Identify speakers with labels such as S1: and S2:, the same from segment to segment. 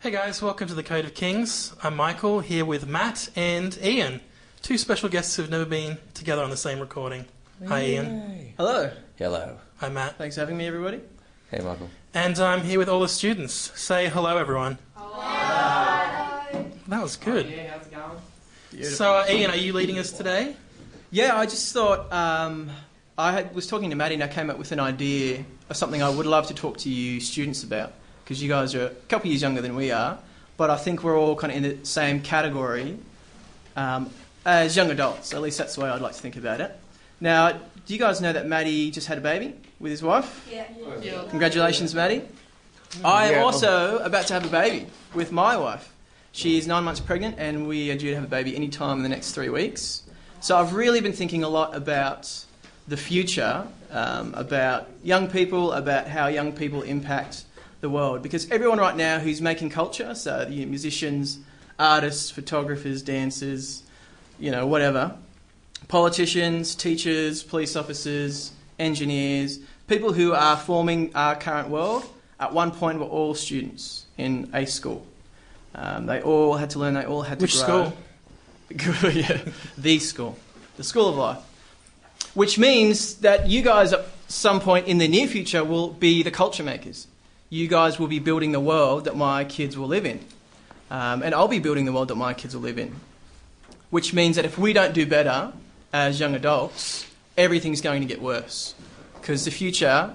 S1: Hey guys, welcome to the Code of Kings. I'm Michael here with Matt and Ian, two special guests who've never been together on the same recording. Hi Ian.
S2: Hello.
S3: Hello.
S1: Hi Matt.
S2: Thanks for having me, everybody.
S3: Hey, Michael.
S1: And I'm here with all the students. Say hello, everyone. Hello. That was good.
S4: Yeah, how's it going?
S1: So, uh, Ian, are you leading us today?
S2: Yeah, I just thought um, I had, was talking to Maddie and I came up with an idea of something I would love to talk to you students about because you guys are a couple years younger than we are, but I think we're all kind of in the same category um, as young adults. At least that's the way I'd like to think about it. Now, do you guys know that Maddie just had a baby with his wife?
S5: Yeah.
S2: Congratulations, Maddie. I am
S3: Yeah.
S2: also about to have a baby with my wife. She is nine months pregnant, and we are due to have a baby any time in the next three weeks. So I've really been thinking a lot about the future, um, about young people, about how young people impact the world. Because everyone right now who's making culture, so the musicians, artists, photographers, dancers, you know, whatever, politicians, teachers, police officers, engineers, people who are forming our current world, at one point were all students in a school. Um, they all had to learn, they all had to
S1: Which
S2: grow.
S1: school?
S2: Good, yeah. The school. The school of life. Which means that you guys at some point in the near future will be the culture makers. You guys will be building the world that my kids will live in. Um, and I'll be building the world that my kids will live in. Which means that if we don't do better as young adults, everything's going to get worse. Because the future,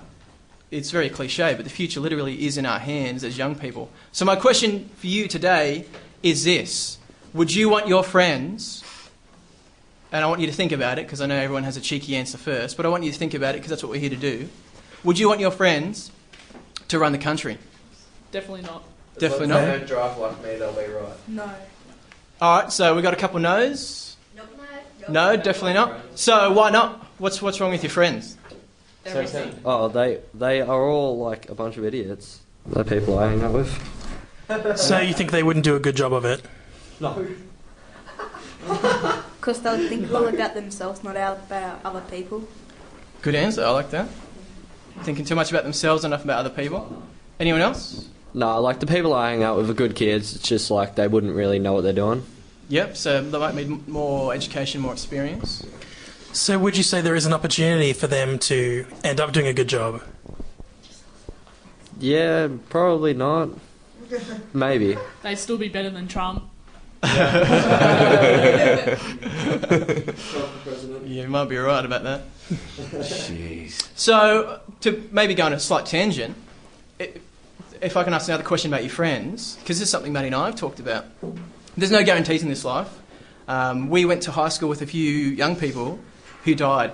S2: it's very cliche, but the future literally is in our hands as young people. So, my question for you today is this Would you want your friends, and I want you to think about it because I know everyone has a cheeky answer first, but I want you to think about it because that's what we're here to do. Would you want your friends to run the country?
S4: Definitely not.
S2: Definitely
S3: As long as
S2: not.
S3: They don't drive like me, they'll be right.
S5: No.
S2: All right, so we got a couple no's.
S5: Nope.
S2: No, definitely not. So why not? What's what's wrong with your friends?
S4: Everything.
S3: Oh, they they are all like a bunch of idiots. The people I hang out with.
S1: So, you think they wouldn't do a good job of it?
S5: Because they'll think all about themselves, not out about other people.
S2: Good answer. I like that. Thinking too much about themselves, enough about other people. Anyone else?
S3: No, like the people I hang out with are good kids. It's just like they wouldn't really know what they're doing.
S2: Yep. So they might need m- more education, more experience.
S1: So, would you say there is an opportunity for them to end up doing a good job?
S3: Yeah, probably not. Maybe.
S4: They'd still be better than Trump.
S2: Yeah, you might be right about that. Jeez. So, to maybe go on a slight tangent, i- if I can ask another question about your friends, because this is something Maddie and I have talked about. There's no guarantees in this life. Um, we went to high school with a few young people who died.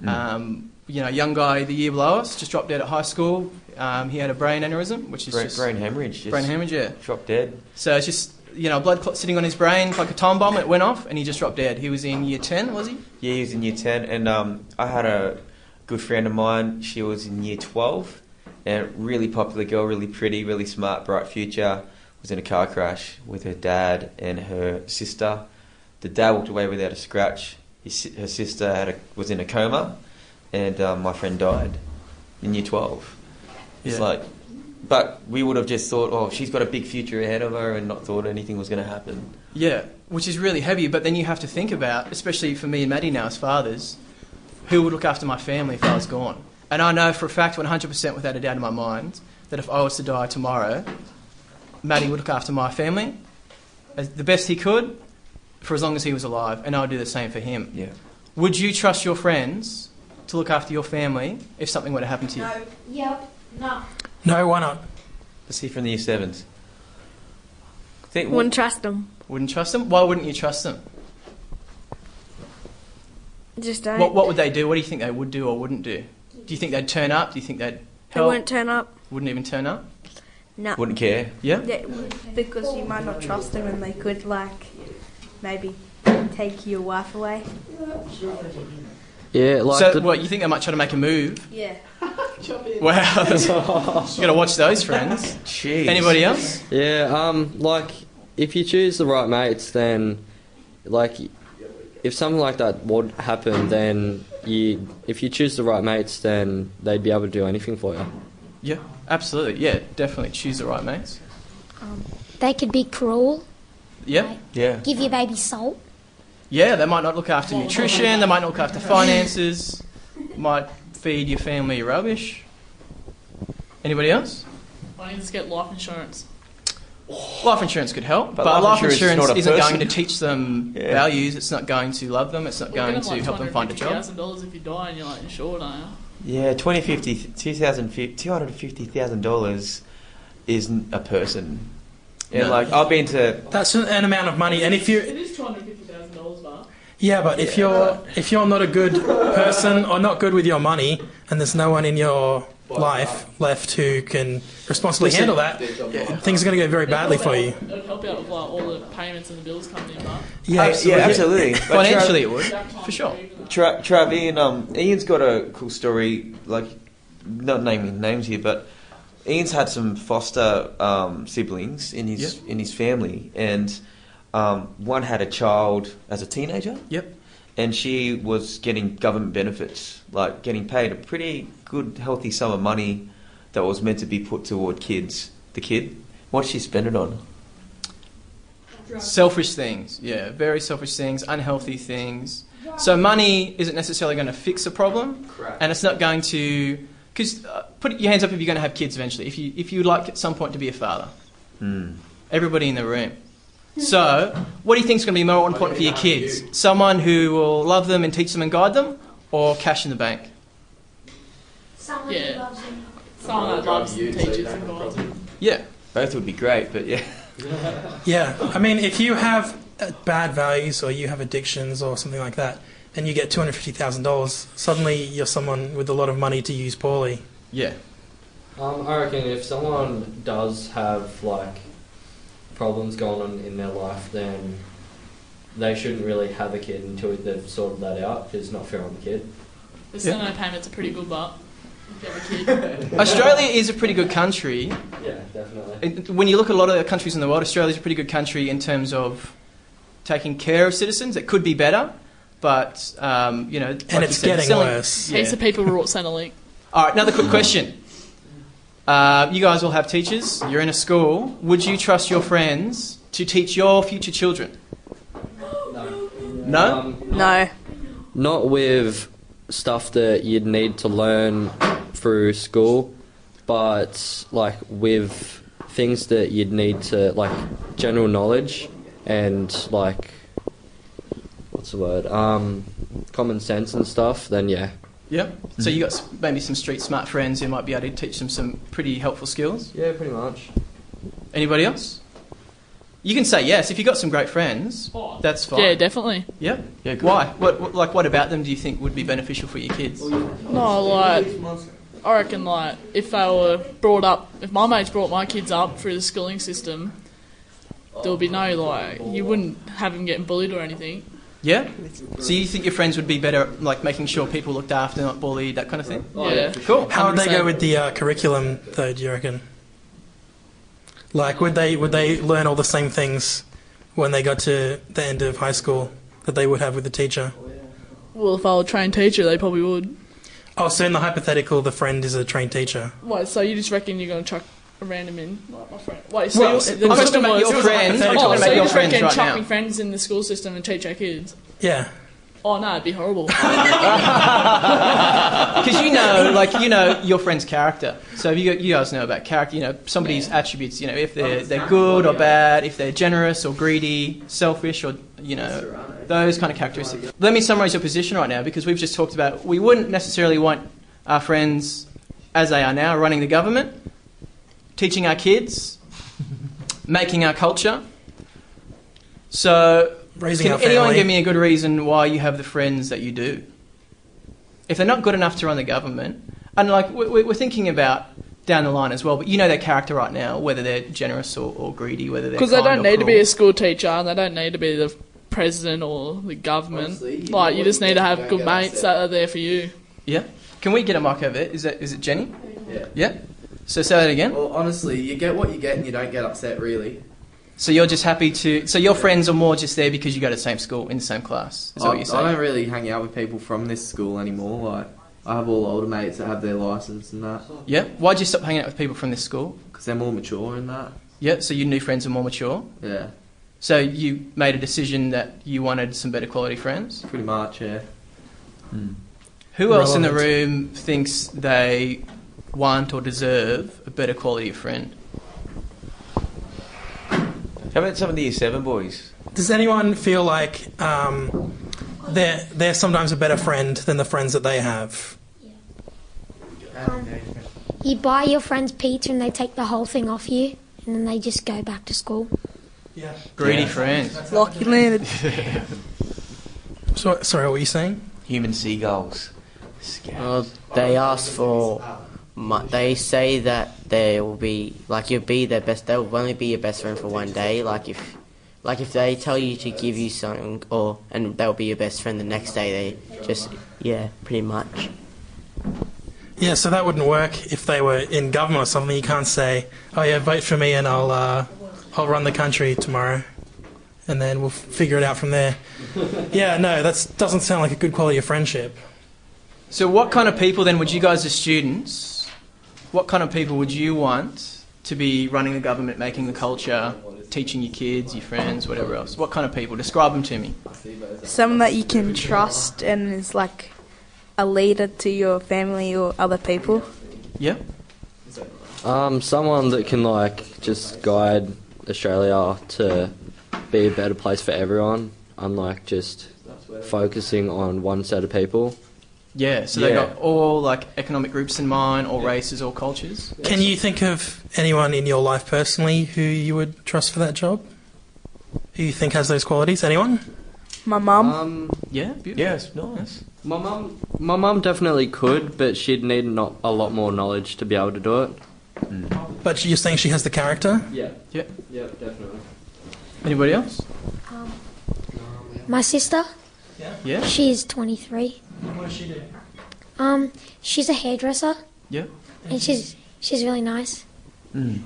S6: Hmm.
S2: Um, you know, young guy the year below us just dropped out at high school. Um, he had a brain aneurysm, which is
S6: brain,
S2: just
S6: brain hemorrhage. Just
S2: brain hemorrhage. Yeah.
S6: Drop dead.
S2: So it's just you know, blood clot sitting on his brain like a time bomb. It went off, and he just dropped dead. He was in year ten, was he?
S6: Yeah, he was in year ten, and um, I had a good friend of mine. She was in year twelve, and really popular girl, really pretty, really smart, bright future. Was in a car crash with her dad and her sister. The dad walked away without a scratch. His, si- her sister had a, was in a coma, and um, my friend died in year twelve. It's
S2: Yeah.
S6: like, but we would have just thought, oh, she's got a big future ahead of her, and not thought anything was going to happen.
S2: Yeah, which is really heavy, but then you have to think about, especially for me and Maddie now as fathers, who would look after my family if I was gone? And I know for a fact, 100% without a doubt in my mind, that if I was to die tomorrow, Maddie would look after my family as the best he could for as long as he was alive, and I would do the same for him.
S6: Yeah.
S2: Would you trust your friends to look after your family if something were to happen to you?
S5: Yep. No.
S1: No, why not?
S6: Let's see from the year sevens. Think,
S7: Wouldn't trust them.
S2: Wouldn't trust them? Why wouldn't you trust them?
S7: Just don't.
S2: What, what would they do? What do you think they would do or wouldn't do? Do you think they'd turn up? Do you think they'd
S7: they
S2: help?
S7: wouldn't turn up.
S2: wouldn't even turn up?
S7: No.
S6: wouldn't care.
S2: Yeah?
S5: Yeah, because you might not trust them and they could, like, maybe take your wife away.
S3: Yeah, like
S2: so,
S3: the,
S2: what, you think they might try to make a move?
S5: Yeah.
S2: Wow. you gotta watch those friends.
S6: Jeez.
S2: Anybody else?
S3: yeah, um, like if you choose the right mates, then like if something like that would happen, then you, if you choose the right mates, then they'd be able to do anything for you.
S2: Yeah, absolutely. Yeah, definitely choose the right mates.
S8: Um, They could be cruel,
S2: Yeah,
S6: Yeah.
S8: give your baby salt.
S2: yeah. They might not look after nutrition. They might not look after finances. Might feed your family rubbish. Anybody else?
S4: I need to get life insurance.
S2: Life insurance could help, but,
S6: But life
S2: life
S6: insurance is
S2: insurance,
S6: not a
S2: is not going
S6: person.
S2: to teach them
S6: Yeah.
S2: values. It's not going to love them. It's not
S4: Well,
S2: going
S4: you're
S2: to
S4: gonna have,
S2: help
S4: like
S2: them find a job.
S4: $250,000 if you die and you're like insured, aren't you?
S6: Yeah, 2050 $250,000 $250,000 isn't a person. And
S2: No.
S6: like, I've been to.
S1: That's an, an amount of money, and if you
S4: It is $250,000, but.
S1: yeah, but if you're if you're not a good person or not good with your money, and there's no one in your life left who can responsibly
S2: Listen,
S1: handle that, things are going to go very badly for you.
S4: It would help out with like, all the payments and the bills coming in, but.
S1: Yeah,
S6: Uh,
S1: absolutely.
S6: yeah, absolutely. But Trav-
S2: Financially, it would.
S4: that time
S2: For sure.
S4: to do that.
S6: Tra- Trav, Ian, um, Ian's got a cool story, like, not naming names here, but Ian's had some foster um, siblings in his in his family, and um, one had a child as a teenager.
S2: Yep.
S6: And she was getting government benefits, like getting paid a pretty good, healthy sum of money that was meant to be put toward kids. The kid, what'd she spend it on?
S2: Selfish things. Yeah, very selfish things. Unhealthy things. So money isn't necessarily going to fix a problem,
S6: Correct.
S2: and it's not going to. Because uh, put your hands up if you're going to have kids eventually. If you if you'd like at some point to be a father. Hmm. Everybody in the room. So, what do you think is going to be more important for your kids? Someone who will love them and teach them and guide them, or cash in the bank?
S8: Someone
S4: who Yeah. Someone that loves the teachers and guides.
S2: Yeah.
S6: Both would be great, but yeah.
S1: Yeah, I mean, if you have uh, bad values or you have addictions or something like that, and you get two hundred fifty thousand dollars, suddenly you're someone with a lot of money to use poorly.
S2: Yeah.
S3: Um, I reckon if someone does have like problems going on in their life, then they shouldn't really have a kid until they've sorted that out. 'cause it's not fair on the kid.
S4: The
S2: Yeah.
S4: Senate payments are pretty good, but. Get a kid.
S2: Australia is a pretty good country.
S3: Yeah, definitely.
S2: And When you look at a lot of the countries in the world, Australia's a pretty good country in terms of taking care of citizens. It could be better, but, um, you know. like
S1: And
S2: you
S1: it's
S2: said,
S1: getting
S2: selling-
S1: worse.
S2: Yeah.
S4: Heaps of people were at Centrelink.
S2: All right, another quick question. Uh, you guys all have teachers. You're in a school. Would you trust your friends to teach your future children? No. No?
S3: Um,
S7: No.
S3: not with stuff that you'd need to learn through school, but like with things that you'd need to like general knowledge and like what's the word um common sense and stuff then yeah
S2: Yeah.
S3: Mm-hmm.
S2: So you got s- maybe some street smart friends who might be able to teach them some pretty helpful skills.
S3: yeah pretty much
S2: Anybody else? You can say yes if you got some great friends. That's fine.
S4: Yeah, definitely.
S2: Yeah.
S6: Yeah, good.
S2: Why? What, what like what about them do you think would be beneficial for your kids?
S4: No, like, I reckon, like, if they were brought up, if my mates brought my kids up through the schooling system, there would be no, like, you wouldn't have them getting bullied or anything.
S2: Yeah. So you think your friends would be better like making sure people looked after, not bullied, that kind of thing?
S4: yeah.
S2: Cool.
S1: How would they go
S2: 100%.
S1: with the uh, curriculum, though? Do you reckon? Like, would they would they learn all the same things when they got to the end of high school that they would have with the teacher?
S4: Well, if I were a trained teacher, they probably would.
S1: Oh, so in the hypothetical, the friend is a trained teacher.
S4: Wait, so you just reckon you're going to chuck a random in? Like, my friend. Wait, so
S2: Well,
S4: you're-
S2: I'm
S4: the
S2: talking
S4: question
S2: about
S4: was...
S2: your friends. I'm
S4: Oh,
S2: talking about
S4: so you
S2: your
S4: just
S2: friends
S4: reckon
S2: right
S4: chucking
S2: now.
S4: friends in the school system and teach our kids?
S1: Yeah.
S4: Oh, no, it'd be horrible.
S2: Because you know, like you know your friend's character. So if you, you guys know about character. You know somebody's attributes. You know if they're they're good or bad, if they're generous or greedy, selfish or you know those kind of characteristics. Let me summarize your position right now because we've just talked about we wouldn't necessarily want our friends as they are now running the government, teaching our kids, making our culture. So
S1: Raising
S2: can
S1: our
S2: anyone
S1: family.
S2: give me a good reason why you have the friends that you do? If they're not good enough to run the government, and like we- we- we're thinking about down the line as well, but you know their character right now, whether they're generous or, or greedy, whether they're
S4: Because they
S2: kind
S4: don't
S2: or
S4: need to be
S2: cruel.
S4: a school teacher and they don't need to be the president or the government. like, you just need to have good mates that are there for you.
S2: yeah. Can we get a mic over there? Is that is it Jenny? Yeah. Yeah. So say that again.
S9: Well, honestly, you get what you get and you don't get upset, really.
S2: So you're just happy to. So your friends are more just there because you go to the same school in the same class. Is that
S9: I,
S2: what you're saying?
S9: I don't really hang out with people from this school anymore. Like, I have all older mates that have their license and that
S2: Yeah. Why'd you stop hanging out with people from this school?
S9: because they're more mature and that.
S2: Yeah. So your new friends are more mature.
S9: Yeah,
S2: So you made a decision that you wanted some better quality friends.
S9: pretty much. Yeah.
S2: Hmm. Who else in the room thinks they want or deserve a better quality of friend?
S6: How about some of the year seven boys?
S1: Does anyone feel like um, they're they're sometimes a better friend than the friends that they have?
S8: You buy your friends pizza and they take the whole thing off you, and then they just go back to school.
S1: Yeah.
S2: Greedy
S6: Yeah.
S2: friends.
S5: Lock your landed.
S1: So, sorry, what were you saying?
S6: Human seagulls. Scat.
S10: Uh, they ask for. Mu- they say that they will be like you'll be their best. They'll only be your best friend for one day. Like if, like if they tell you to give you something, or and they'll be your best friend the next day. They just yeah, pretty much.
S1: Yeah, so that wouldn't work if they were in government or something. You can't say, "Oh yeah, vote for me and I'll uh, I'll run the country tomorrow," and then we'll f- figure it out from there. yeah, no, that doesn't sound like a good quality of friendship.
S2: So what kind of people then would you guys as students? What kind of people would you want to be running the government, making the culture, teaching your kids, your friends, whatever else? What kind of people? Describe them to me.
S5: Someone that you can trust and is like a leader to your family or other people.
S2: Yeah.
S3: Um, someone that can like just guide Australia to be a better place for everyone, unlike just focusing on one set of people.
S2: Yeah. So they
S6: Yeah.
S2: got all like economic groups in mind, or races, or cultures.
S1: Can you think of anyone in your life personally who you would trust for that job? Who you think has those qualities? Anyone?
S5: My mum.
S3: Um,
S2: Yeah. Beautiful.
S6: Yes, nice.
S3: my mum, my mum definitely could, but she'd need not a lot more knowledge to be able to do it.
S1: But you're saying she has the character?
S3: Yeah.
S2: Yeah.
S3: Yeah, definitely.
S2: Anybody else?
S8: My sister,
S2: Yeah.
S8: she is 23.
S1: What does she do?
S8: Um, she's a hairdresser
S2: Yeah.
S8: and she's she's really nice.
S1: Mm.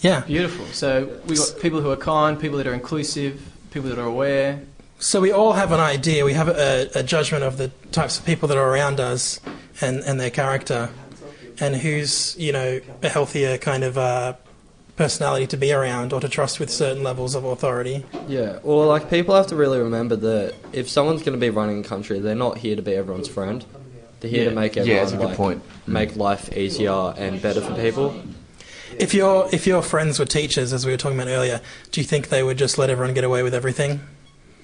S1: Yeah.
S2: Beautiful. So we got people who are kind, people that are inclusive, people that are aware.
S1: So we all have an idea. We have a, a judgment of the types of people that are around us and, and their character and who's, you know, a healthier kind of uh, personality to be around or to trust with certain levels of authority.
S3: Yeah, or like people have to really remember that if someone's going to be running a country, they're not here to be everyone's friend. They're here
S2: Yeah.
S3: to make
S6: Yeah,
S3: everyone
S6: that's a good
S3: like,
S6: point.
S3: make life easier and better for people.
S1: If your, if your friends were teachers, as we were talking about earlier, do you think they would just let everyone get away with everything?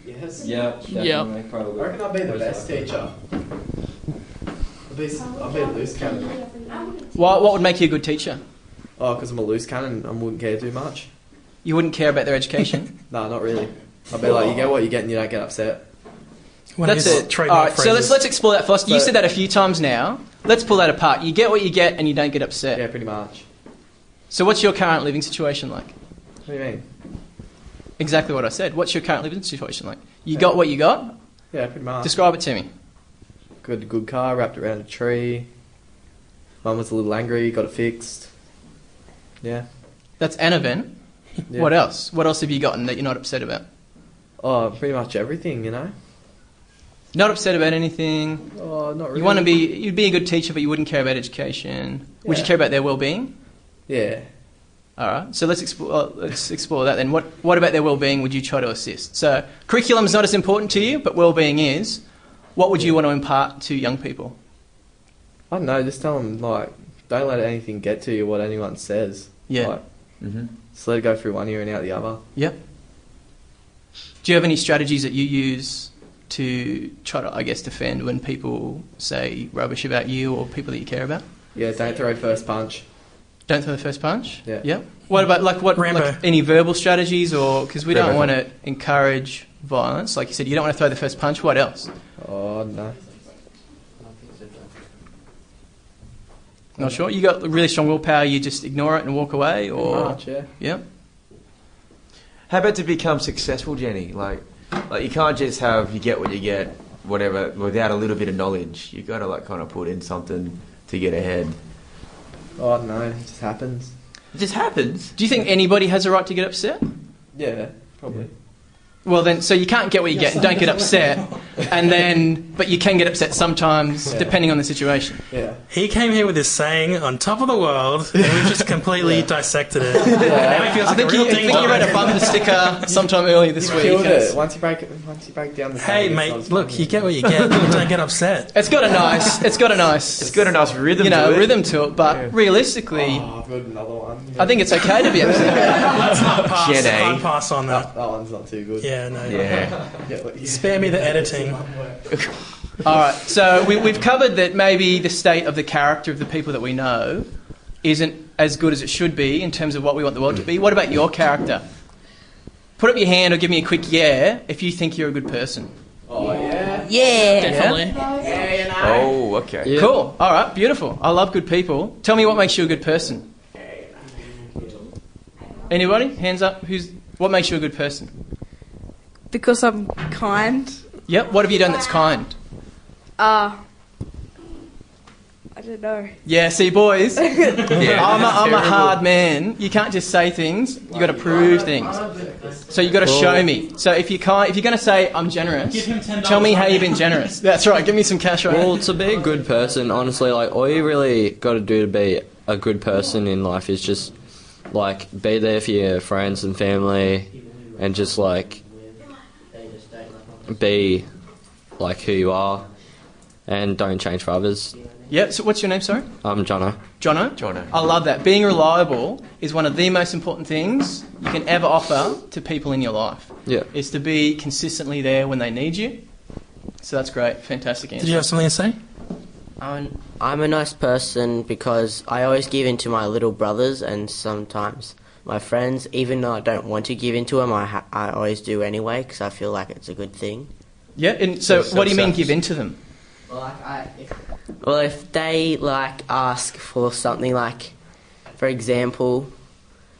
S9: Yes.
S3: Yeah,
S4: definitely, Yeah.
S9: I reckon I'd be the best teacher. At least I'd be a loose cannon.
S2: What, what would make you a good teacher?
S9: Oh, because I'm a loose cannon and wouldn't care too much.
S2: You wouldn't care about their education.
S9: Nah, not really. I'd be like, you get what you get and you don't get upset.
S1: One of
S2: That's
S1: his
S2: it. All
S1: trademark
S2: right. So let's
S1: phrases.
S2: let's explore that philosophy. You
S9: But-
S2: said that a few times now. Let's pull that apart. You get what you get, and you don't get upset.
S9: Yeah, pretty much.
S2: So what's your current living situation like?
S9: What do you mean?
S2: Exactly what I said. What's your current living situation like? You got what you got.
S9: Yeah, pretty much.
S2: Describe it to me.
S9: Good, good car wrapped around a tree. Mum was a little angry, got it fixed. Yeah.
S2: That's Anaven.
S9: yeah.
S2: What else? What else have you gotten that you're not upset about?
S9: Oh, pretty much everything, you know.
S2: Not upset about anything.
S9: Oh, not really.
S2: You want to be. You'd be a good teacher, but you wouldn't care about education. Would you
S9: Yeah.
S2: care about their well-being?
S9: Yeah.
S2: All right. So let's explore. Uh, let's explore that then. What What about their well-being? Would you try to assist? So curriculum's not as important to you, but well-being is. What would you want to impart to young people?
S9: I don't know. Just tell them like, don't let anything get to you. What anyone says.
S2: Yeah.
S9: Like,
S6: Mm-hmm.
S9: just let it go through one ear and out the other.
S2: Yep. Do you have any strategies that you use to try to, I guess, defend when people say rubbish about you or people that you care about?
S9: Yeah. Don't throw first punch.
S2: Don't throw the first punch.
S9: Yeah.
S2: Yep. What about like what
S1: Rambo.
S2: like any verbal strategies or because we don't
S9: Rambo.
S2: want to encourage violence, like you said, you don't want to throw the first punch. What else?
S9: Oh no.
S2: Not sure. You got really strong willpower. You just ignore it and walk away,
S9: Pretty
S2: or
S9: much, yeah.
S2: yeah.
S6: How about to become successful, Jenny? Like, like you can't just have you get what you get, whatever, without a little bit of knowledge. You got to like kind of put in something to get ahead.
S9: Oh no. It just happens.
S2: It just happens. Do you think anybody has a right to get upset?
S9: Yeah, probably.
S2: Well, then, so you can't get what you get and don't get upset. And then, but you can get upset sometimes,
S1: Yeah.
S2: depending on the situation.
S9: Yeah.
S1: He came here with this saying on top of the world, and we've just completely dissected it. Now he
S2: I
S1: feels like
S2: think
S1: a real
S2: you, I think you read a bumper sticker sometime earlier this
S9: You
S2: week.
S9: killed it. Once you break it, once you break down the.
S1: Hey, mate, look, you get what you get. don't get upset.
S2: It's got a nice, it's got a nice, it's got a nice rhythm. You know,
S1: to it.
S2: rhythm to it. But realistically,
S9: Oh, I've got another one.
S2: I think it's okay to be upset.
S1: Let's not pass.
S2: Gen A.
S1: Can't pass on that.
S9: That one's not too good.
S1: Yeah, no.
S9: Yeah. Get what you-
S1: Spare me the editing.
S2: All right, so we, we've covered that maybe the state of the character of the people that we know isn't as good as it should be in terms of what we want the world to be. What about your character? Put up your hand or give me a quick yeah if you think you're a good person.
S9: Oh yeah.
S2: Yeah.
S4: Definitely.
S9: Yeah, you know.
S6: Oh, okay.
S2: Cool. All right, beautiful. I love good people. Tell me what makes you a good person. Anybody? Hands up. Who's what makes you a good person?
S5: Because I'm kind.
S2: Yep. What have you done that's kind?
S5: Uh, I don't know.
S2: Yeah, see, boys, I'm, a,
S5: that's
S2: I'm a
S5: terrible.
S2: hard man. You can't just say things. You got to prove things. So you got to
S9: Well-
S2: show me. So if you can't, if you're going to say I'm generous,
S1: Oh. Give him $10
S2: tell me how
S1: right
S2: you've been generous. That's right. Give me some cash right
S3: Well, to be a good person, honestly, like all you really got to do to be a good person in life is just like be there for your friends and family, and just like be like who you are, and don't change for others.
S2: Yeah. So what's your name? Sorry,
S3: I'm Jono.
S2: Jono.
S6: Jono.
S2: I love that. Being reliable is one of the most important things you can ever offer to people in your life.
S3: Yeah.
S2: Is to be consistently there when they need you. So that's great. Fantastic answer.
S1: Did you have something to say?
S10: I'm, I'm a nice person because I always give in to my little brothers and sometimes my friends, even though I don't want to give in to them, I, ha- I always do anyway because I feel like it's a good thing.
S2: Yeah. And so,
S10: So
S2: what do you mean
S10: selfish.
S2: give in to them?
S10: Well, like I, if, well, if they like ask for something, like for example,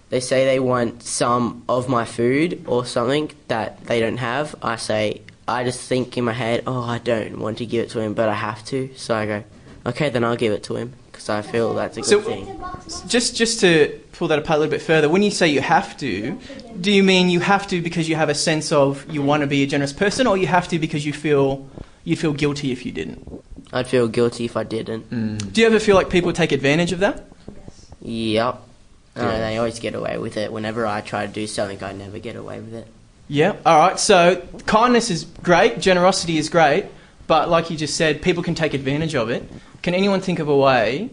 S10: they say they want some of my food or something that they don't have. I say I just think in my head, oh, I don't want to give it to him, but I have to. So I go, okay, then I'll give it to him because I feel that's a good
S2: So-
S10: thing.
S2: Just just to pull that apart a little bit further, when you say you have to, do you mean you have to because you have a sense of you want to be a generous person, or you have to because you feel you feel guilty if you didn't?
S10: I'd feel guilty if I didn't.
S2: Do you ever feel like people take advantage of that?
S10: Yep. I know
S2: Yeah.
S10: Uh, they always get away with it. Whenever I try to do something, I never get away with it.
S2: Yeah. All right. So kindness is great, generosity is great, but like you just said, people can take advantage of it. Can anyone think of a way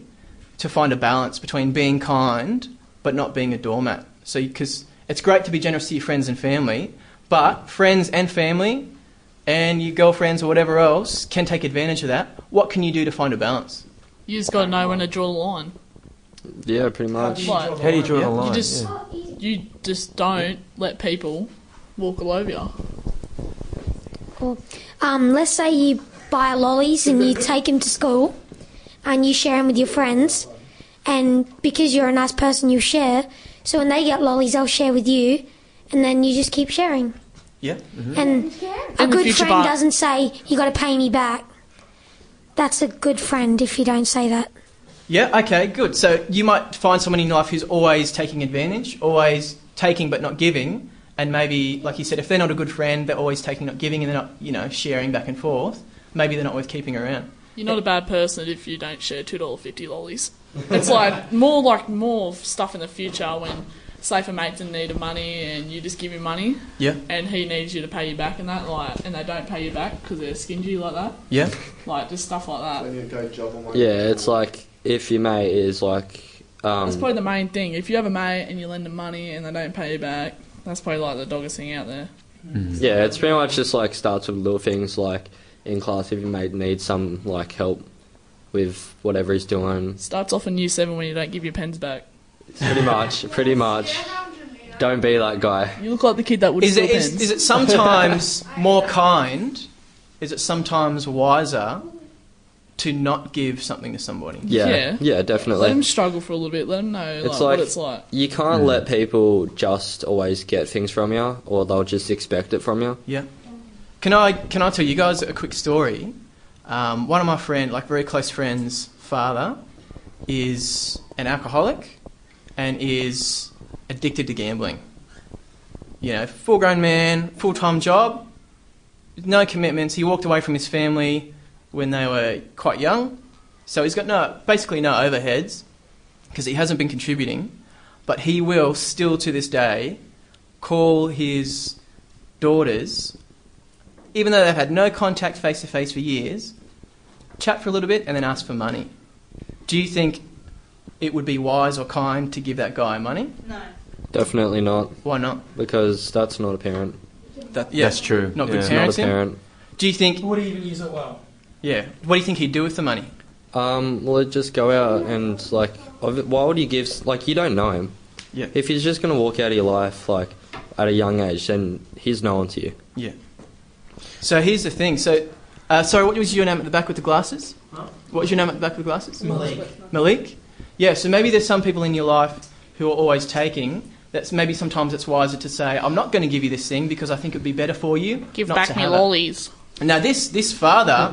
S2: to find a balance between being kind but not being a doormat? So because it's great to be generous to your friends and family, but friends and family and your girlfriends or whatever else can take advantage of that. What can you do to find a balance?
S4: You just gotta know when to draw the line.
S3: Yeah, pretty
S2: Uh,
S3: much.
S4: Like, You just, you just don't let people walk all over you.
S8: Cool. Um, let's say you buy lollies and you take them to school and you share them with your friends. And because you're a nice person, you share. So when they get lollies, they'll share with you. And then you just keep sharing.
S2: Yeah. Mm-hmm.
S8: And a
S4: In the
S8: good
S4: future,
S8: friend
S4: but-
S8: doesn't say, you got to pay me back. That's a good friend if you don't say that.
S2: Yeah, okay, good. So you might find someone in life who's always taking advantage, always taking but not giving, and maybe, like you said, if they're not a good friend, they're always taking not giving and they're not, you know, sharing back and forth. Maybe they're not worth keeping around.
S4: You're not a bad person if you don't share two dollar fifty lollies. It's like more like more stuff in the future when say if a mate's in need of money and you just give him money
S2: Yeah.
S4: and he needs you to pay you back and that like and they don't pay you back because they're stingy like that
S2: Yeah.
S4: like just stuff like that.
S3: Yeah, it's like if your mate is like um,
S4: That's probably the main thing. If you have a mate and you lend them money and they don't pay you back, that's probably like the doggest thing out there.
S3: Yeah, it's pretty much just like starts with little things like in class if your mate needs some like help with whatever he's doing.
S4: Starts off in year seven when you don't give your pens back.
S3: Pretty much, pretty much. Don't be that guy.
S4: You look like the kid that would
S2: Is
S4: steal
S2: it, is,
S4: pens.
S2: is it sometimes more kind? Is it sometimes wiser to not give something to somebody?
S3: Yeah,
S4: Yeah.
S3: yeah,
S4: Let them
S3: definitely.
S4: struggle for a little bit. Let them know like,
S3: It's like,
S4: what it's like.
S3: you
S2: Mm.
S3: can't let people just always get things from you, or they'll just expect it from you.
S2: Yeah. Can I can I tell you guys a quick story? Um, one of my friend, like very close friends' father, is an alcoholic, and is addicted to gambling. You know, full grown man, full time job, no commitments. He walked away from his family when they were quite young, so he's got no, basically no overheads because he hasn't been contributing. But he will still to this day call his daughters, even though they've had no contact face to face for years, chat for a little bit and then ask for money. Do you think it would be wise or kind to give that guy money?
S3: Definitely not.
S2: Why not?
S3: Because that's not a parent.
S2: That- yeah. That's true. Not good
S3: It's
S2: parenting.
S3: Not a parent.
S2: Do you think?
S1: Would he even use it well?
S2: Yeah. What do you think he'd do with the money?
S3: Um, well, it'd just go out and like, obv- why would you give? s- Like, you don't know him.
S2: Yeah.
S3: If he's just gonna walk out of your life like at a young age, then he's known to you.
S2: Yeah. So here's the thing. So, uh, sorry, what was your name at the back with the glasses? What was your name at the back with the glasses?
S1: Malik.
S2: Malik. Yeah. So maybe there's some people in your life who are always taking. That's maybe sometimes it's wiser to say, I'm not going to give you this thing because I think it'd be better for you.
S4: Give
S2: not
S4: back
S2: to
S4: me
S2: have it."
S4: lollies.
S2: Now, this, this father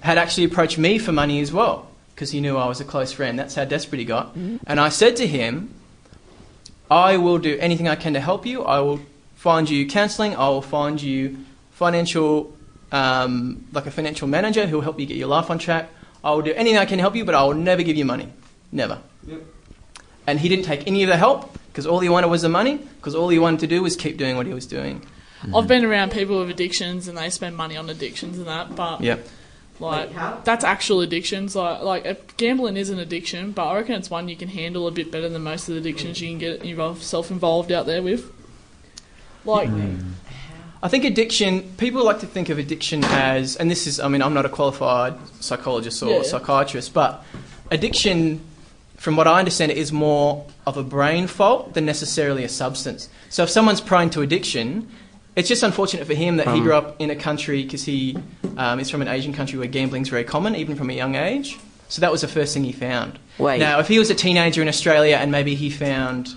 S2: had actually approached me for money as well because he knew I was a close friend. That's how desperate he got.
S4: Mhm.
S2: And I said to him, I will do anything I can to help you. I will find you counselling. I will find you financial, um, like a financial manager who will help you get your life on track. I will do anything I can to help you, but I will never give you money. Never.
S9: Yep.
S2: And he didn't take any of the help because all he wanted was the money because all he wanted to do was keep doing what he was doing.
S4: I've been around people with addictions and they spend money on addictions and that, but
S2: Yeah.
S4: like that's actual addictions. Like like uh, gambling is an addiction, but I reckon it's one you can handle a bit better than most of the addictions you can get involved, self involved out there with. Like
S2: I think addiction, people like to think of addiction as, and this is, I mean, I'm not a qualified psychologist or
S4: Yeah.
S2: psychiatrist, but addiction, from what I understand, it is more of a brain fault than necessarily a substance. So if someone's prone to addiction, it's just unfortunate for him that he
S3: Um.
S2: grew up in a country because he um, is from an Asian country where gambling's very common, even from a young age. So that was the first thing he found.
S10: Wait.
S2: Now, if he was a teenager in Australia and maybe he found,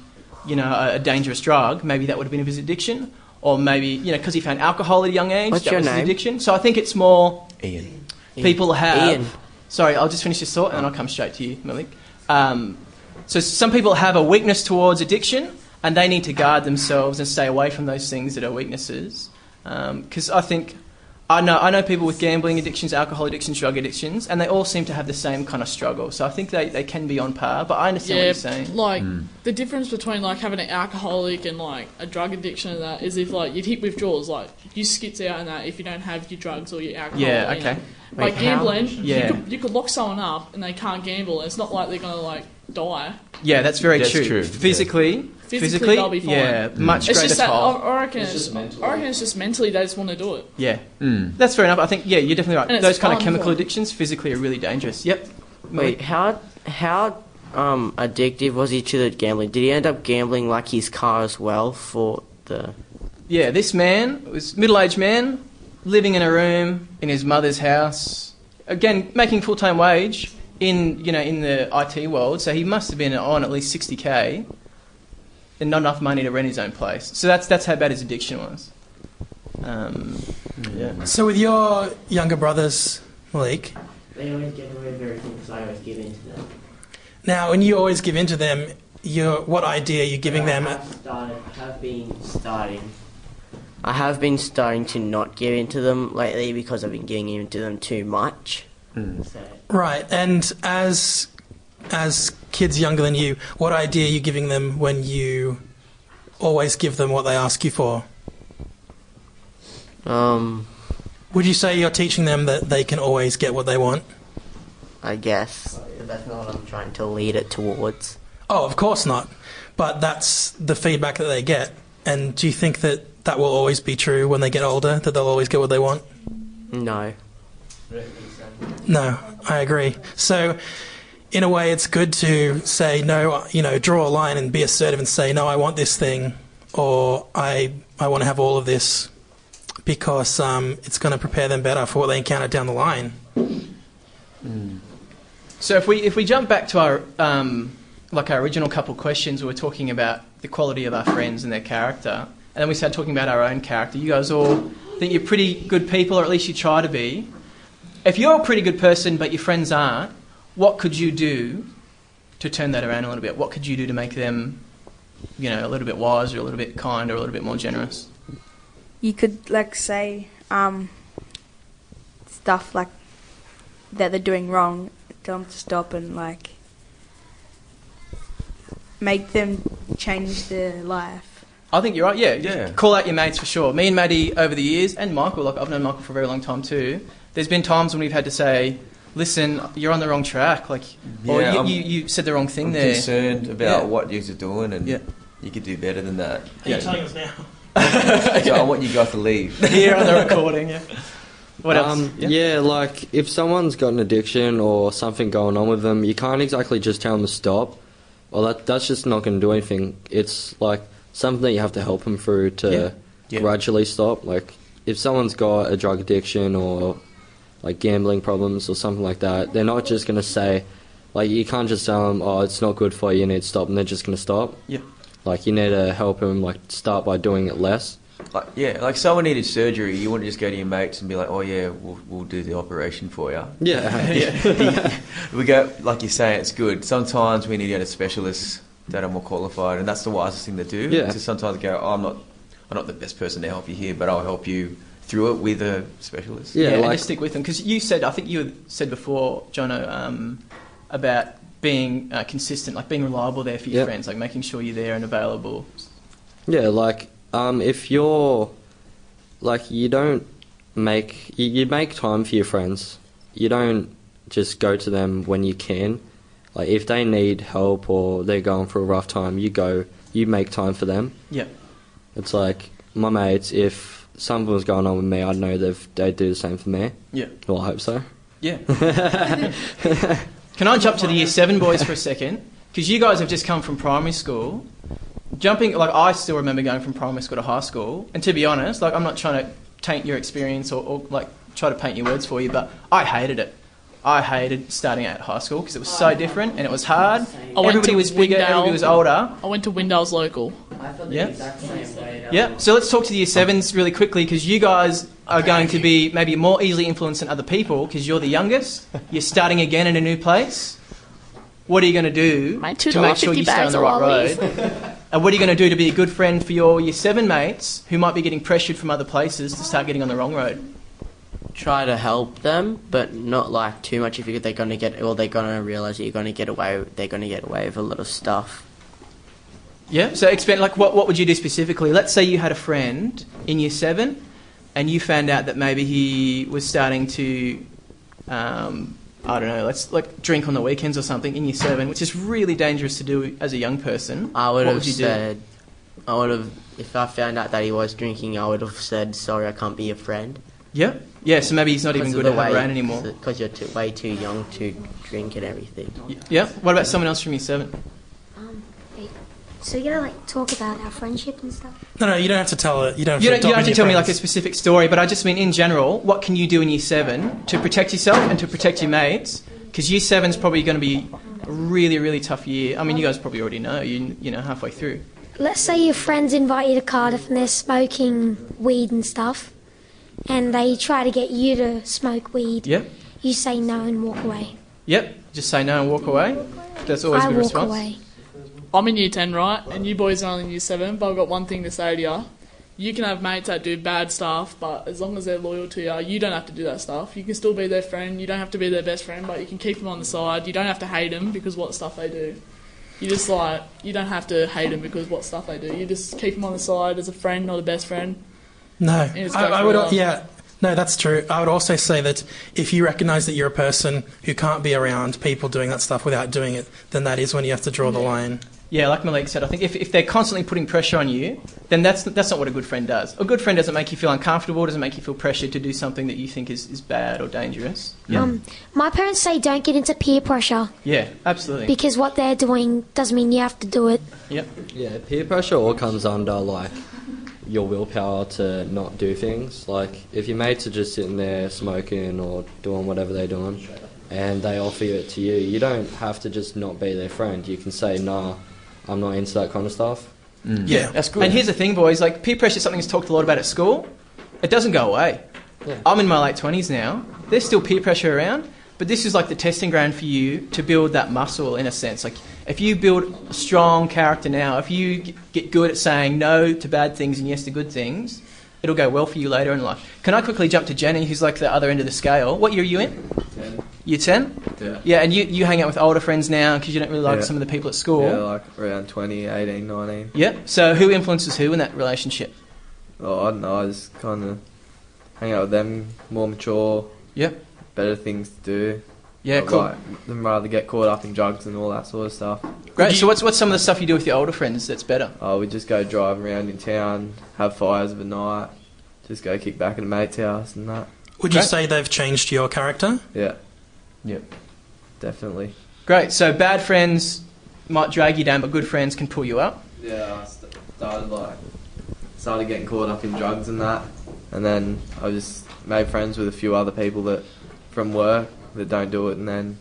S2: you know, a, a dangerous drug, maybe that would have been his addiction. Or maybe, you know, because he found alcohol at a young age,
S10: What's
S2: that
S10: your
S2: was his
S10: name?
S2: addiction. So I think it's more
S6: Ian.
S2: people have.
S10: Ian.
S2: Sorry, I'll just finish this thought and then I'll come straight to you, Malik. Um, so some people have a weakness towards addiction and they need to guard themselves and stay away from those things that are weaknesses. Because I think, I know, I know people with gambling addictions, alcohol addictions, drug addictions, and they all seem to have the same kind of struggle. So I think they, they can be on par, but I understand what
S4: yeah,
S2: you're saying.
S4: like the difference between like having an alcoholic and like a drug addiction and that is if like you'd hit withdrawals, like you skits out and that if you don't have your drugs or your alcohol.
S2: Yeah,
S4: you know.
S2: okay.
S4: Like
S10: Wait, how?
S4: gambling,
S2: Yeah.
S4: you, could, you could lock someone up and they can't gamble. It's not like they're gonna like die.
S2: Yeah, that's very
S6: That's
S2: true.
S6: true, yeah. Mm.
S2: Physically,
S4: Physically,
S2: physically,
S4: they'll be fine.
S2: yeah, much
S4: It's
S2: greater
S4: just that I,
S2: toll.
S4: I reckon it's,
S3: It's just mentally.
S4: I reckon it's just mentally they just want to do it.
S2: yeah,
S6: Mm.
S2: that's fair enough. I think yeah, you're definitely
S4: And
S2: right.
S4: it's
S2: Those kind of
S4: fun
S2: chemical
S4: for-
S2: addictions physically are really dangerous. Yep.
S10: Wait, how how um addictive was he to the gambling? Did he end up gambling like his car as well for the?
S2: Yeah, this man was middle-aged man, living in a room in his mother's house. Again, making full-time wage in you know in the IT world, so he must have been on at least 60k, and not enough money to rent his own place. So that's that's how bad his addiction was. Um, yeah.
S1: So with your younger brothers, Malik,
S10: They always get away with everything because I always give in to them.
S1: now when you always give in to them, you're, what idea are you giving them?
S10: started, I have been starting. I have been starting to not give in to them lately because I've been giving in to them too much. So,
S1: Right, and as as kids younger than you, what idea are you giving them when you always give them what they ask you for?
S10: um,
S1: Would you say you're teaching them that they can always get what they want?
S10: I guess that's not what I'm trying to lead it towards.
S1: Oh, of course not. But that's the feedback that they get. And do you think that that will always be true when they get older, that they'll always get what they want?
S10: No.
S1: No, I agree. So, in a way, it's good to say no. You know, draw a line and be assertive and say no. I want this thing, or I I want to have all of this, because um, it's going to prepare them better for what they encounter down the line.
S2: So if we if we jump back to our um, like our original couple questions, we were talking about the quality of our friends and their character, and then we started talking about our own character. You guys all think you're pretty good people, or at least you try to be. If you're a pretty good person but your friends aren't, what could you do to turn that around a little bit? What could you do to make them, you know, a little bit wiser, a little bit kinder, a little bit more generous?
S5: you could like say um, stuff like that they're doing wrong. Tell them to stop and like make them change their life.
S2: I think you're right. Yeah, yeah. Call out your mates for sure. Me and Maddie over the years, and Michael. Like I've known Michael for a very long time too. There's been times when we've had to say, "Listen, you're on the wrong track. Like, or
S6: Yeah,
S2: you,
S6: I'm-
S2: you, you said the wrong thing
S6: I'm
S2: there."
S6: concerned about
S2: Yeah.
S6: what you're doing, and you could do better than that.
S1: Are you telling us now?
S6: so I want you guys to leave.
S2: Here on the recording. Yeah. What else?
S3: Um, yeah. like if someone's got an addiction or something going on with them, you can't exactly just tell them to stop. Well, that that's just not going to do anything. It's like something that you have to help them through to
S2: Yeah. Yeah.
S3: gradually stop. Like if someone's got a drug addiction or like gambling problems or something like that, they're not just going to say, like you can't just tell them, oh, it's not good for you, you need to stop, and they're just going to stop.
S2: Yeah.
S3: Like you need to help them, like start by doing it less.
S6: Like, yeah, like someone needed surgery, you wouldn't just go to your mates and be like, "Oh yeah, we'll, we'll do the operation for you."
S3: Yeah.
S6: we go like you say, it's good. Sometimes we need to go to specialists that are more qualified, and that's the wisest thing to do.
S3: Yeah.
S6: To sometimes go, oh, "I'm not, I'm not the best person to help you here, but I'll help you through it with a specialist."
S2: Yeah, and just stick with them because you said I think you had said before, Jono, um, about being uh, consistent, like being reliable there for your
S3: Yep.
S2: friends, like making sure you're there and available.
S3: Yeah, like um, if you're like you don't make you, you make time for your friends. You don't just go to them when you can. Like if they need help or they're going through a rough time, you go. You make time for them.
S2: Yeah.
S3: It's like my mates. If something was going on with me, I'd know they've they'd do the same for me.
S2: Yeah.
S3: Well, I hope so.
S2: Yeah. Can I jump to the year seven boys for a second? Because you guys have just come from primary school. Jumping, like, I still remember going from primary school to high school. And to be honest, like, I'm not trying to taint your experience or, or like, try to paint your words for you, but I hated it. I hated starting out at high school because it was
S4: Oh,
S2: so different and it was hard.
S4: went
S2: Everybody
S4: to
S2: was bigger,
S4: Windale.
S2: everybody was older.
S4: I went to Windales Local.
S2: Yeah. Yeah. So let's talk to the year sevens really quickly because you guys are going to be maybe more easily influenced than other people because you're the youngest. You're starting again in a new place. What are you going to do to make sure
S4: $2.50
S2: you stay on
S4: bags
S2: the
S4: of
S2: right
S4: lollies.
S2: road? and what are you going to do to be a good friend for your year seven mates who might be getting pressured from other places to start getting on the wrong road?
S10: Try to help them, but not like too much. If you, they're gonna get, or they're gonna realize that you're gonna get away, they're gonna get away with a lot of stuff.
S2: Yeah. So expand. Like, what what would you do specifically? Let's say you had a friend in year seven, and you found out that maybe he was starting to, um, I don't know, let's like drink on the weekends or something in year seven, which is really dangerous to do as a young person.
S10: I would
S2: What
S10: have
S2: would you do?
S10: said, I would have, if I found out that he was drinking, I would have said, sorry, I can't be your friend.
S2: Yeah. Yeah. So maybe he's not even good at way, around anymore.
S10: Because you're too, way too young to drink and everything.
S2: Yeah. What about someone else from year seven?
S8: Um, wait. So you're gonna like talk about our friendship and stuff?
S1: No, no, you don't have to tell it. You don't have
S2: You
S1: to,
S2: don't, you don't have to
S1: document
S2: tell me
S1: your
S2: like a
S1: friends.
S2: specific story, but I just mean in general, what can you do in year seven to protect yourself and to protect your mates? Because year seven's probably going to be a really, really tough year. I mean, you guys probably already know, you, you know, halfway through.
S8: Let's say your friends invite you to Cardiff and they're smoking weed and stuff, and they try to get you to smoke weed.
S2: Yeah.
S8: You say no and walk away.
S2: Yep, just say no and walk away. That's always
S8: I
S2: a good
S8: walk
S2: response.
S8: away.
S4: I'm in year 10, right? And you boys are only in year 7, but I've got one thing to say to you. You can have mates that do bad stuff, but as long as they're loyal to you, you don't have to do that stuff. You can still be their friend. You don't have to be their best friend, but you can keep them on the side. You don't have to hate them because what stuff they do. You just like, you don't have to hate them because what stuff they do. You just keep them on the side as a friend, not a best friend.
S1: No,
S4: And it's
S1: I,
S4: going
S1: I
S4: for
S1: would.
S4: a while.
S1: Yeah, no, that's true. I would also say that if you recognise that you're a person who can't be around people doing that stuff without doing it, then that is when you have to draw the line.
S2: Yeah, like Malik said, I think if, if they're constantly putting pressure on you, then that's, that's not what a good friend does. A good friend doesn't make you feel uncomfortable, doesn't make you feel pressured to do something that you think is, is bad or dangerous. Yeah.
S8: Um, my parents say don't get into peer pressure
S2: yeah, absolutely.
S8: because what they're doing doesn't mean you have to do it.
S2: Yep.
S3: Yeah, peer pressure all comes under like your willpower to not do things. Like if your mates are just sitting there smoking or doing whatever they're doing, and they offer it to you, you don't have to just not be their friend. You can say, "Nah, I'm not into that kind of stuff."
S1: Mm.
S2: Yeah, that's good. And here's the thing, boys. Like peer pressure, is something that's talked a lot about at school. It doesn't go away. I'm in my late twenties now. There's still peer pressure around, But this is like the testing ground for you to build that muscle in a sense. Like if you build a strong character now, if you g- get good at saying no to bad things and yes to good things, it'll go well for you later in life. Can I quickly jump to Jenny, who's like the other end of the scale? What year are you in?
S9: Ten.
S2: Year 10?
S9: Yeah.
S2: Yeah, and you, you hang out with older friends now because you don't really like
S9: Yeah.
S2: some of the people at school.
S9: Yeah, like around 20, 18, 19.
S2: Yeah. So who influences who in that relationship?
S9: Oh, I don't know. I just kind of hang out with them, more mature.
S2: Yep.
S9: Better things to do.
S2: Yeah,
S9: But,
S2: cool.
S9: Like, them rather get caught up in drugs and all that sort of stuff.
S2: Great. So what's what's some of the stuff you do with your older friends that's better?
S9: Uh, we just go drive around in town, have fires of a night, just go kick back at a mate's house and that.
S1: Would you say they've changed your character?
S9: Yeah,
S6: Yep.
S9: definitely.
S2: Great. So bad friends might drag you down, but good friends can pull you up.
S9: Yeah, I st- started like started getting caught up in drugs and that, and then I just made friends with a few other people that from work that don't do it, and then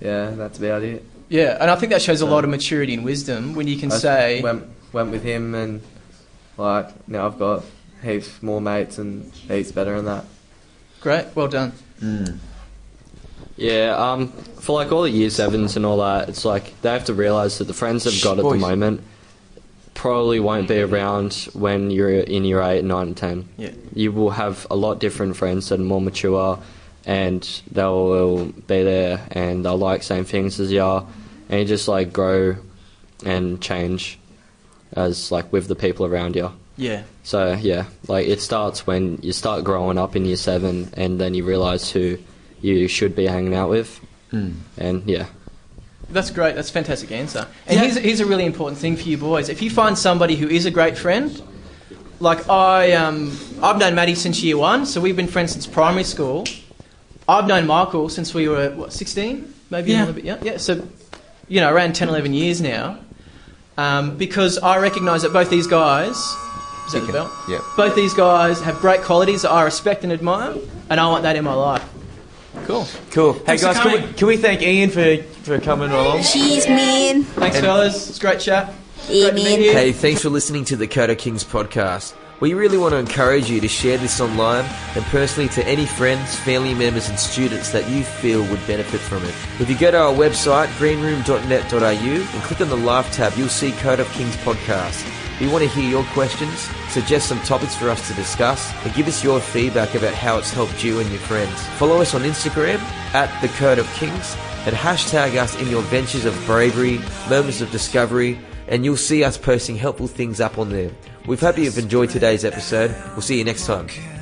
S9: yeah, that's about it.
S2: Yeah, and I think that shows a lot of maturity and wisdom when you can
S9: I
S2: say,
S9: went went with him, and like now I've got heaps more mates and heaps better and that.
S2: "Great, well done."
S3: Yeah, um, for like all the year sevens and all that, it's like they have to realise that the friends they've got at
S2: boys.
S3: the moment probably won't be around when you're in year eight, nine, and ten.
S2: Yeah.
S3: You will have a lot different friends that are more mature, and they will be there, and they'll like same things as you are, and you just like grow and change as like with the people around you.
S2: Yeah.
S3: So yeah, like it starts when you start growing up in year seven, and then you realise who you should be hanging out with, and yeah,
S2: That's great. That's a fantastic answer. And here's, here's a really important thing for you boys. If you find somebody who is a great friend, like I, um, I've known Maddie since year one, so we've been friends since primary school. I've known Michael since we were, what, 16? Maybe a
S1: Yeah.
S2: little bit, yeah? Yeah, so, you know, around 10, 11 years now. Um, because I recognise that both these guys, is that the bell?
S6: Yeah.
S2: Both these guys have great qualities that I respect and admire, and I want that in my life. Cool.
S6: Cool. Hey
S2: Thanks for
S6: guys, can we,
S2: coming.
S6: can we thank Ian for, for coming along?
S7: Cheers, man.
S2: Thanks, fellas. It's a great chat.
S7: Yeah,
S2: Great to
S7: man.
S2: meet you.
S11: Hey, thanks for listening to the Kodo Kings podcast. We really want to encourage you to share this online and personally to any friends, family members, and students that you feel would benefit from it. If you go to our website, greenroom.net.au, and click on the Live tab, you'll see Kodo Kings podcast. We want to hear your questions, suggest some topics for us to discuss, and give us your feedback about how it's helped you and your friends. Follow us on Instagram at the Code of Kings and hashtag us in your ventures of bravery, moments of discovery, and you'll see us posting helpful things up on there. We hope you've enjoyed today's episode. We'll see you next time.